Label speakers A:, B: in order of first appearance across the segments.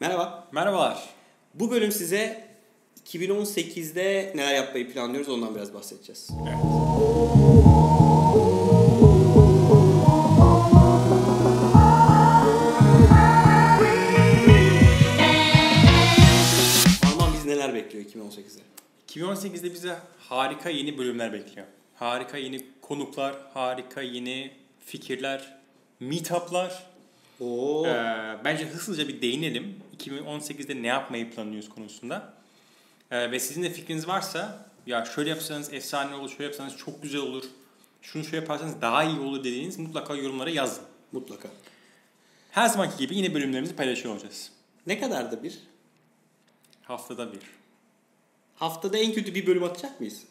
A: Merhaba.
B: Merhabalar.
A: Bu bölüm size 2018'de neler yapmayı planlıyoruz ondan biraz bahsedeceğiz.
B: Evet.
A: Alman biz neler bekliyor 2018'de?
B: 2018'de bize harika yeni bölümler bekliyor. Harika yeni konuklar, harika yeni fikirler, meetup'lar.
A: Oo.
B: Ee, bence hızlıca bir değinelim. 2018'de ne yapmayı planlıyoruz konusunda. Ee, ve sizin de fikriniz varsa ya şöyle yapsanız efsane olur, şöyle yapsanız çok güzel olur. Şunu şöyle yaparsanız daha iyi olur dediğiniz mutlaka yorumlara yazın.
A: Mutlaka.
B: Her zamanki gibi yine bölümlerimizi paylaşıyor olacağız.
A: Ne kadar da bir?
B: Haftada bir.
A: Haftada en kötü bir bölüm atacak mıyız?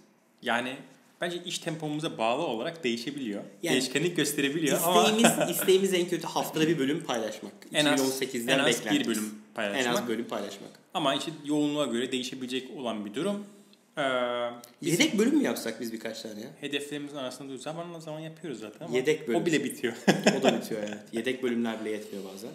B: Yani bence iş tempomuza bağlı olarak değişebiliyor.
A: Yani
B: Değişkenlik gösterebiliyor ama
A: İsteğimiz, isteğimiz en kötü haftada bir bölüm paylaşmak.
B: en az,
A: 2018'den
B: en az bir
A: beklentimiz.
B: bölüm
A: En
B: paylaşmak.
A: az bölüm paylaşmak.
B: Ama işte yoğunluğa göre değişebilecek olan bir durum. Ee, biz
A: Yedek bölüm mü yapsak biz birkaç tane ya?
B: hedeflerimizin arasında duruyoruz. Zamanla zaman yapıyoruz zaten ama
A: Yedek bölüm.
B: o bile bitiyor.
A: O da bitiyor evet. Yedek bölümler bile yetmiyor bazen.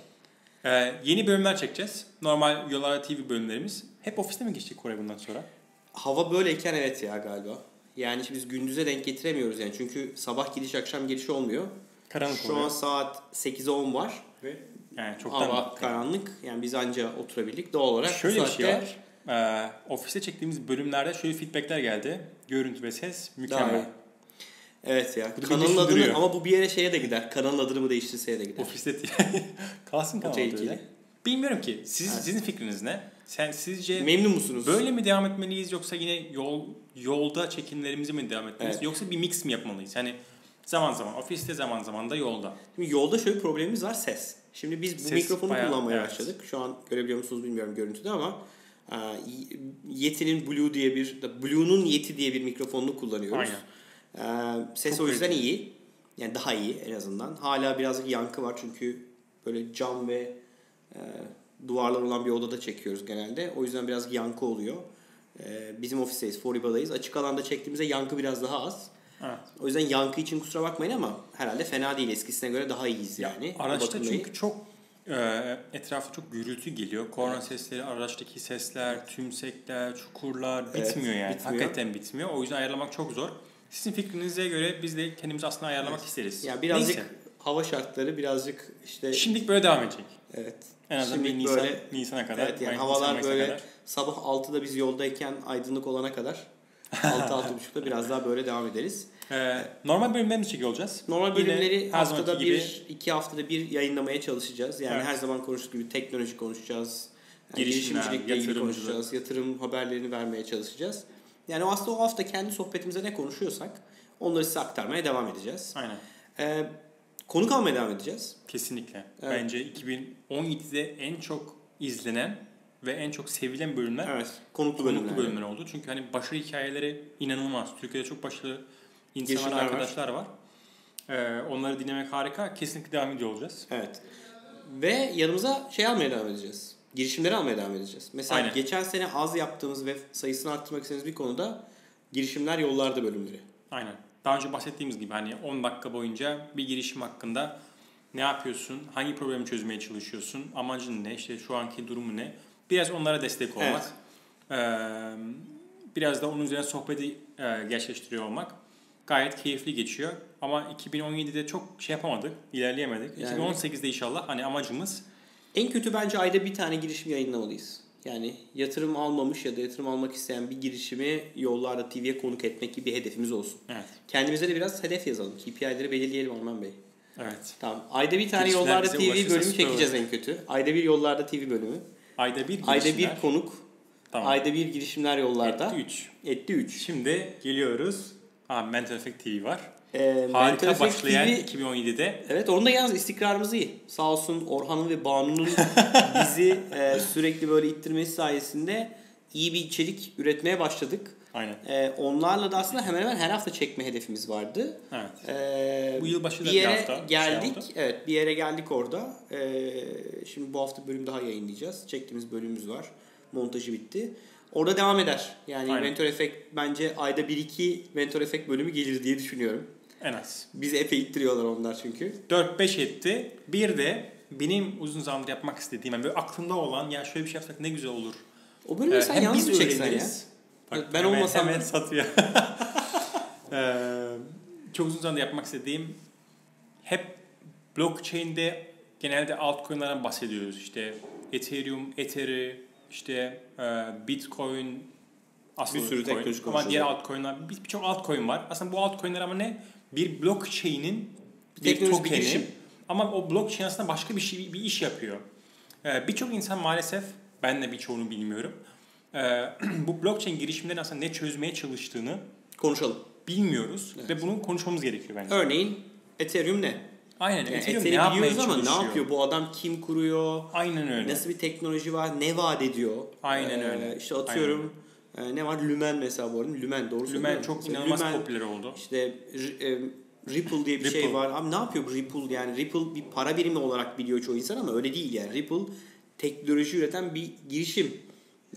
B: Ee, yeni bölümler çekeceğiz. Normal Yolara TV bölümlerimiz. Hep ofiste mi geçecek Koray bundan sonra?
A: Hava böyleyken evet ya galiba. Yani şimdi biz gündüze denk getiremiyoruz yani. Çünkü sabah gidiş akşam geliş olmuyor.
B: Karanlık
A: Şu an
B: oluyor.
A: saat 8'e 10 var.
B: Ve yani çoktan
A: Hava
B: bitti.
A: karanlık. Yani biz anca oturabildik. Doğal olarak bu
B: Şöyle bir şey
A: saatte
B: var. Ee, ofiste çektiğimiz bölümlerde şöyle feedbackler geldi. Görüntü ve ses
A: daha iyi.
B: mükemmel.
A: Evet ya.
B: Bu da bir
A: kanalın adını
B: düşündürüyor.
A: ama bu bir yere şeye de gider. Kanalın adını mı değiştirseye de gider.
B: Ofiste değil. kalsın
A: O
B: kalmadı
A: tehlikeli.
B: öyle. Bilmiyorum ki. Siz,
A: Evet.
B: Sizin fikriniz ne? Sen sizce
A: Memnun musunuz?
B: böyle mi devam etmeliyiz yoksa yine yol yolda çekimlerimizi mi devam etmeliyiz
A: Evet.
B: yoksa bir mix mi yapmalıyız? Hani zaman zaman ofiste zaman zaman da yolda.
A: Şimdi yolda şöyle bir problemimiz var ses. Şimdi biz bu
B: Ses
A: mikrofonu
B: bayağı-
A: kullanmaya
B: evet.
A: başladık. Şu an görebiliyor musunuz bilmiyorum görüntüde ama e, Yeti'nin Blue diye bir Blue'nun Yeti diye bir mikrofonunu kullanıyoruz.
B: Aynen.
A: E, ses
B: Çok
A: o yüzden
B: kaliteli.
A: iyi. Yani daha iyi en azından. Hala birazcık yankı var çünkü böyle cam ve e, duvarlar olan bir odada çekiyoruz genelde. O yüzden biraz yankı oluyor. E, bizim ofisteyiz, Foriba'dayız. Açık alanda çektiğimizde yankı biraz daha az.
B: Evet.
A: O yüzden yankı için kusura bakmayın ama herhalde fena değil. Eskisine göre daha iyiyiz yani. O
B: Araçta
A: bakımdan iyi.
B: çünkü çok e, etrafta çok gürültü geliyor. Korna sesleri, araçtaki sesler, tümsekler, çukurlar
A: Evet,
B: bitmiyor yani.
A: bitmiyor.
B: Hakikaten bitmiyor. O yüzden ayarlamak çok zor. Sizin fikrinize göre biz de kendimizi aslında ayarlamak isteriz.
A: ya birazcık
B: Neyse.
A: hava şartları birazcık işte
B: Şimdilik böyle devam edecek.
A: evet.
B: En azından
A: Şimdi
B: bir Nisan,
A: böyle-
B: Nisan'a kadar.
A: Evet yani
B: Mayıs, Nisan,
A: havalar
B: Mayıs'a
A: böyle
B: kadar.
A: sabah 6'da biz yoldayken aydınlık olana kadar 6-6.30'da biraz daha böyle devam ederiz.
B: Ee, normal bölümlerimizi çekiyor olacağız.
A: Normal
B: Yine
A: bölümleri
B: her
A: haftada
B: zamanki
A: bir, iki haftada bir yayınlamaya çalışacağız. Yani
B: Evet.
A: her zaman konuştuğu gibi teknoloji konuşacağız. Yani
B: Girişimler,
A: girişimcilikle ilgili
B: yatırımcılık.
A: konuşacağız. Yatırım haberlerini vermeye çalışacağız. Yani o aslında o hafta kendi sohbetimize ne konuşuyorsak onları size aktarmaya devam edeceğiz.
B: Aynen.
A: Ee, konuk almaya devam edeceğiz.
B: Kesinlikle.
A: Evet.
B: Bence 2017'de en çok izlenen ve en çok sevilen bölümler
A: Evet. Konuklu bölümler.
B: konuklu bölümler oldu. Çünkü hani başarı hikayeleri inanılmaz. Türkiye'de çok başarılı
A: Girişimler
B: insanlar,
A: var.
B: arkadaşlar var. Ee, onları dinlemek harika. Kesinlikle devam ediyor olacağız.
A: Evet. Ve yanımıza şey almaya devam edeceğiz. Girişimleri almaya devam edeceğiz. Mesela
B: Aynen.
A: geçen sene az yaptığımız ve sayısını arttırmak istediğimiz bir konuda girişimler yollarda bölümleri.
B: Aynen. Daha önce bahsettiğimiz gibi hani 10 dakika boyunca bir girişim hakkında ne yapıyorsun, hangi problemi çözmeye çalışıyorsun, amacın ne, işte şu anki durumu ne. Biraz onlara destek olmak.
A: Evet.
B: Ee, biraz da onun üzerine sohbeti e, gerçekleştiriyor olmak gayet keyifli geçiyor. Ama 2017'de çok şey yapamadık, ilerleyemedik.
A: Yani-
B: 2018'de inşallah hani amacımız
A: En kötü bence ayda bir tane girişim yayınlamalıyız. Yani yatırım almamış ya da yatırım almak isteyen bir girişimi yollarda TV'ye konuk etmek gibi bir hedefimiz olsun.
B: evet.
A: Kendimize de biraz hedef yazalım. KPI'leri belirleyelim Orman Bey.
B: Evet.
A: Tamam. Ayda bir tane
B: Girişimler
A: yollarda
B: bize
A: TV
B: ulaşırsa
A: bölümü
B: süper
A: çekeceğiz en kötü. Ayda bir yollarda TV bölümü.
B: Ayda bir girişimler.
A: Ayda bir konuk.
B: tamam.
A: Ayda bir girişimler yollarda.
B: 3.
A: Etti 3.
B: Şimdi geliyoruz. Aa, Mental Effect TV var.
A: Ee, Mental
B: Harika
A: Effect
B: başlayan
A: TV
B: 2017'de
A: Evet onun da yalnız istikrarımız iyi. Sağ olsun Orhan'ın ve Banu'nun bizi e, sürekli böyle ittirmesi sayesinde iyi bir içerik üretmeye başladık.
B: aynen.
A: E, onlarla da aslında hemen hemen her hafta çekme hedefimiz vardı.
B: Evet.
A: E,
B: Bu yılbaşı da
A: bir
B: bir
A: yere
B: hafta şey
A: geldik.
B: oldu.
A: evet bir yere geldik orada. E, şimdi bu hafta bölüm daha yayınlayacağız. Çektiğimiz bölümümüz var. Montajı bitti. Orada devam eder. Yani
B: Aynen.
A: Mentor Effect bence ayda 1-2 Mentor Effect bölümü gelir diye düşünüyorum.
B: En az.
A: Bizi epey ittiriyorlar onlar çünkü.
B: 4-5 etti. Bir de benim uzun zamandır yapmak istediğim, yani böyle aklımda olan ya şöyle bir şey yapsak ne güzel olur.
A: O bölümü
B: Ee,
A: sen
B: hem
A: yalnız
B: biz
A: mı çeksen ya?
B: öğreniriz.
A: Ben olmasam-
B: Hemen satıyor. Ee, çok uzun zamandır yapmak istediğim hep blockchain'de genelde altcoin'lerden bahsediyoruz. İşte Ethereum, Ether'i, işte e, Bitcoin, aslında
A: Bir sürü
B: Bitcoin.
A: teknoloji
B: Ama
A: konuşuyoruz.
B: diğer altcoin'ler, bir- birçok altcoin var. Aslında bu altcoin'ler ama ne? Bir blockchain'in
A: Bir
B: bir
A: teknoloji, bir
B: tokeni.
A: girişim.
B: Ama o blockchain aslında başka bir şey bir iş yapıyor. Ee, birçok insan maalesef ben de birçoğunu bilmiyorum. Ee, bu blockchain girişimlerin aslında ne çözmeye çalıştığını
A: Konuşalım.
B: bilmiyoruz
A: Evet.
B: ve bunu konuşmamız gerekiyor bence.
A: Örneğin Ethereum ne?
B: Aynen.
A: Yani
B: Ethereum
A: Ethereum,
B: ne yapmaya
A: biliyoruz ama
B: çalışıyor?
A: ne yapıyor? Bu adam kim kuruyor?
B: Aynen öyle.
A: Nasıl bir teknoloji var? Ne vaat ediyor?
B: Aynen
A: Ee,
B: öyle.
A: İşte atıyorum e, ne var? Lümen mesela bu arada. Lümen doğru
B: Lümen
A: söylüyorum.
B: çok
A: Mesela
B: inanılmaz
A: Lümen,
B: popüler oldu.
A: İşte R- e, Ripple diye bir
B: Ripple.
A: şey var. Abi ne yapıyor bu Ripple? Yani Ripple bir para birimi olarak biliyor çoğu insan ama öyle değil yani. Ripple teknoloji üreten bir girişim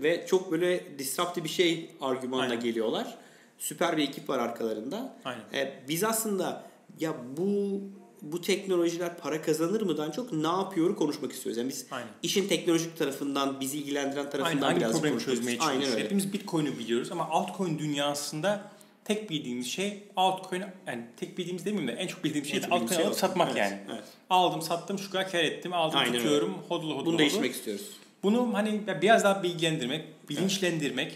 A: ve çok böyle disruptive bir şey argümanla
B: Aynen.
A: geliyorlar. Süper bir ekip var arkalarında.
B: Aynen.
A: E, biz aslında ya bu bu teknolojiler para kazanır mıdan çok ne yapıyor konuşmak istiyoruz. Yani biz
B: Aynen.
A: işin teknolojik tarafından bizi ilgilendiren
B: Aynen
A: tarafından
B: hangi
A: biraz
B: problemi
A: konuşmak
B: çözmeye
A: istiyoruz. Aynen
B: çalışıyor.
A: öyle.
B: Hepimiz Bitcoin'i biliyoruz ama altcoin dünyasında tek bildiğimiz şey altcoin yani tek bildiğimiz demeyeyim de en çok bildiğimiz şey
A: En çok
B: altcoin
A: bildiğimiz şey
B: alıp
A: o.
B: satmak
A: Evet,
B: yani.
A: evet.
B: Aldım sattım şu kadar kar ettim aldım
A: Aynen öyle.
B: tutuyorum hodl hodl
A: Bunu
B: hodl.
A: değiştirmek istiyoruz.
B: Bunu hani biraz daha bilgilendirmek, bilinçlendirmek e,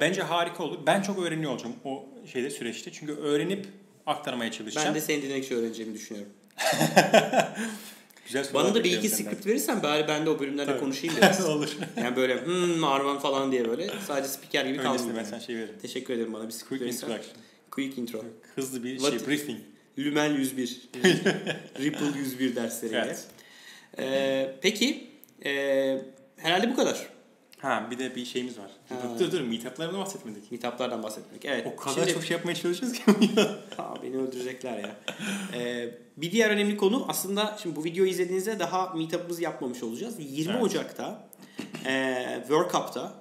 B: bence harika olur. Ben çok öğreniyor olacağım o şeyde süreçte. Çünkü öğrenip aktarmaya çalışacağım.
A: Ben de seni dinlemek için öğreneceğimi düşünüyorum.
B: Güzel sorular
A: Bana da bir
B: bekliyorum
A: iki
B: senden.
A: script verirsen bari ben de o bölümlerle
B: Tabii.
A: konuşayım biraz.
B: olur.
A: yani böyle hmm Arman falan diye böyle sadece spiker gibi
B: Öncesinde
A: kalmayayım.
B: ben
A: yani.
B: sana şey veririm.
A: Teşekkür ederim bana bir script
B: Quick
A: verirsen.
B: introduction.
A: Quick intro.
B: Hızlı bir
A: What-
B: şey briefing.
A: Lümen 101. Ripple 101 dersleriyle.
B: Evet.
A: Ee, peki ee, herhalde bu kadar.
B: Ha bir de bir şeyimiz var.
A: Ha.
B: Dur dur dur meetuplardan bahsetmedik.
A: Kitaplardan bahsetmek. Evet.
B: O kadar
A: Şimdi-
B: çok şey yapmaya çalışıyoruz ki.
A: Aa, beni öldürecekler ya. Ee, bir diğer önemli konu aslında şimdi bu videoyu izlediğinizde daha meetup'ımızı yapmamış olacağız. 20
B: Evet.
A: Ocak'ta e, World Cup'ta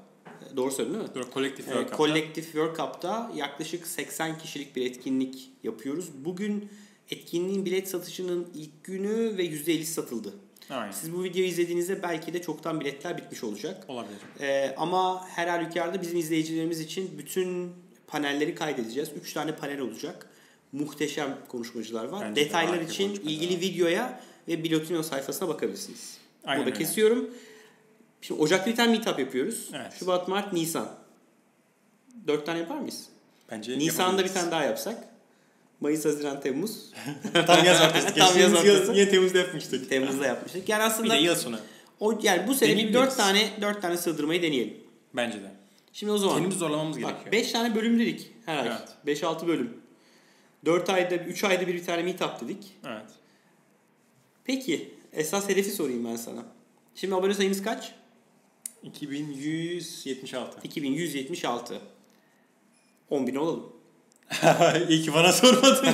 A: e, doğru söyledim değil mi?
B: Dur kolektif
A: Ee, Kolektif World Cup'ta yaklaşık 80 kişilik bir etkinlik yapıyoruz. Bugün etkinliğin bilet satışının ilk günü ve %50 satıldı.
B: Aynen.
A: Siz bu videoyu izlediğinizde belki de çoktan biletler bitmiş olacak.
B: Olabilir.
A: Ee, ama her halükarda bizim izleyicilerimiz için bütün panelleri kaydedeceğiz. 3 tane panel olacak. Muhteşem konuşmacılar var.
B: Bence de
A: Detaylar
B: harika
A: için
B: konuşmacılar
A: ilgili
B: var.
A: videoya ve Bilotino sayfasına bakabilirsiniz.
B: Aynen
A: Burada
B: öyle.
A: kesiyorum. Şimdi Ocak'ta bir tane meetup yapıyoruz.
B: Evet.
A: Şubat, Mart, Nisan. 4 tane yapar mıyız?
B: Bence
A: Nisan'da bir
B: yapabiliriz.
A: tane daha yapsak. Mayıs, Haziran, Temmuz.
B: Tam yaz ortası.
A: Tam yaz
B: Geçtiğimiz yıl
A: ortası.
B: Yine Temmuz'da yapmıştık.
A: Temmuz'da yapmıştık. Yani
B: Bir
A: aslında
B: de yıl sonu.
A: o yani bu sene bir 4
B: Deneyebiliriz.
A: tane 4 tane sığdırmayı deneyelim.
B: Bence de.
A: Şimdi o zaman
B: Kendimizi zorlamamız
A: Bak
B: gerekiyor.
A: 5 tane bölüm dedik her ay.
B: Evet.
A: 5-6 bölüm. 4 ayda 3 ayda bir bir tane meetup dedik.
B: Evet.
A: Peki esas hedefi sorayım ben sana. Şimdi abone sayımız kaç?
B: 2176.
A: 2176. 10.000 olalım.
B: İyi ki bana sormadın.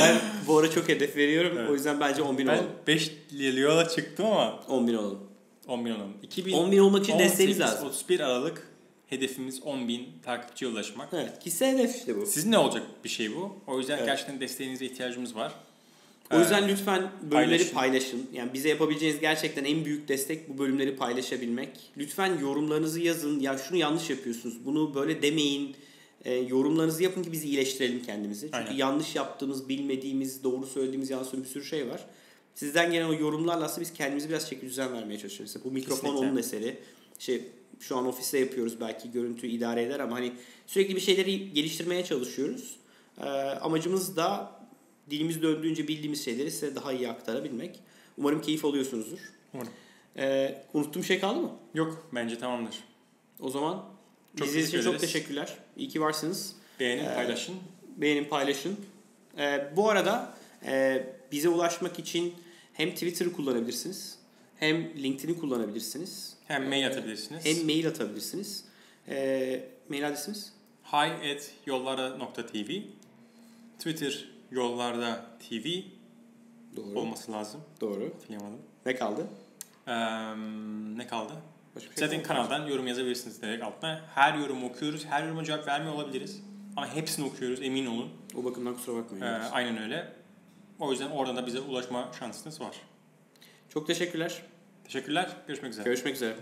A: Ben bu ara çok hedef veriyorum.
B: Evet.
A: O yüzden bence 10.000
B: ben
A: olalım.
B: 5 yola çıktım ama
A: 10.000 olalım.
B: 10 bin olalım. 2000
A: 10.000 olmak için desteğiniz lazım.
B: 31 Aralık hedefimiz 10 bin takipçiye ulaşmak.
A: Evet. Kişisel hedef işte bu.
B: Sizin ne olacak bir şey bu? O yüzden
A: Evet.
B: gerçekten desteğinize ihtiyacımız var.
A: O yüzden lütfen bölümleri
B: paylaşın.
A: paylaşın. Yani bize yapabileceğiniz gerçekten en büyük destek bu bölümleri paylaşabilmek. Lütfen yorumlarınızı yazın. Ya şunu yanlış yapıyorsunuz. Bunu böyle demeyin. E, yorumlarınızı yapın ki biz iyileştirelim kendimizi. Çünkü
B: Aynen.
A: yanlış yaptığımız, bilmediğimiz, doğru söylediğimiz, yanlış söylediğimiz bir sürü şey var. Sizden gelen o yorumlarla aslında biz kendimizi biraz şekil düzen vermeye çalışıyoruz. Mesela bu mikrofon
B: Kesinlikle.
A: onun eseri. Şey, şu an ofiste yapıyoruz belki görüntü idare eder ama hani sürekli bir şeyleri geliştirmeye çalışıyoruz. E, amacımız da dilimiz döndüğünce bildiğimiz şeyleri size daha iyi aktarabilmek. Umarım keyif alıyorsunuzdur.
B: Umarım.
A: Ee, unuttuğum şey kaldı mı?
B: Yok bence tamamdır.
A: O zaman
B: Çok
A: çok izlediğiniz için
B: teşekkür
A: çok
B: ederiz.
A: teşekkürler. İyi ki varsınız.
B: Beğenin,
A: Ee,
B: paylaşın.
A: Beğenin, paylaşın. Ee, bu arada e, bize ulaşmak için hem Twitter'ı kullanabilirsiniz, hem LinkedIn'i kullanabilirsiniz,
B: Hem mail atabilirsiniz.
A: hem mail atabilirsiniz. Ee, mail adresimiz?
B: Hi at yollarda.tv Twitter yollarda tv
A: Doğru.
B: olması lazım.
A: Doğru.
B: Hatırlayamadım.
A: Ne kaldı?
B: Eee, ne kaldı?
A: Başka bir şey
B: Zaten
A: kalmadı.
B: kanaldan yorum yazabilirsiniz direkt altına. Her yorumu okuyoruz. Her yoruma cevap vermiyor olabiliriz. Ama hepsini okuyoruz emin olun.
A: O bakımdan kusura bakmayın.
B: Ee, aynen öyle. O yüzden oradan da bize ulaşma şansınız var.
A: Çok teşekkürler.
B: Teşekkürler. Görüşmek üzere.
A: Görüşmek üzere.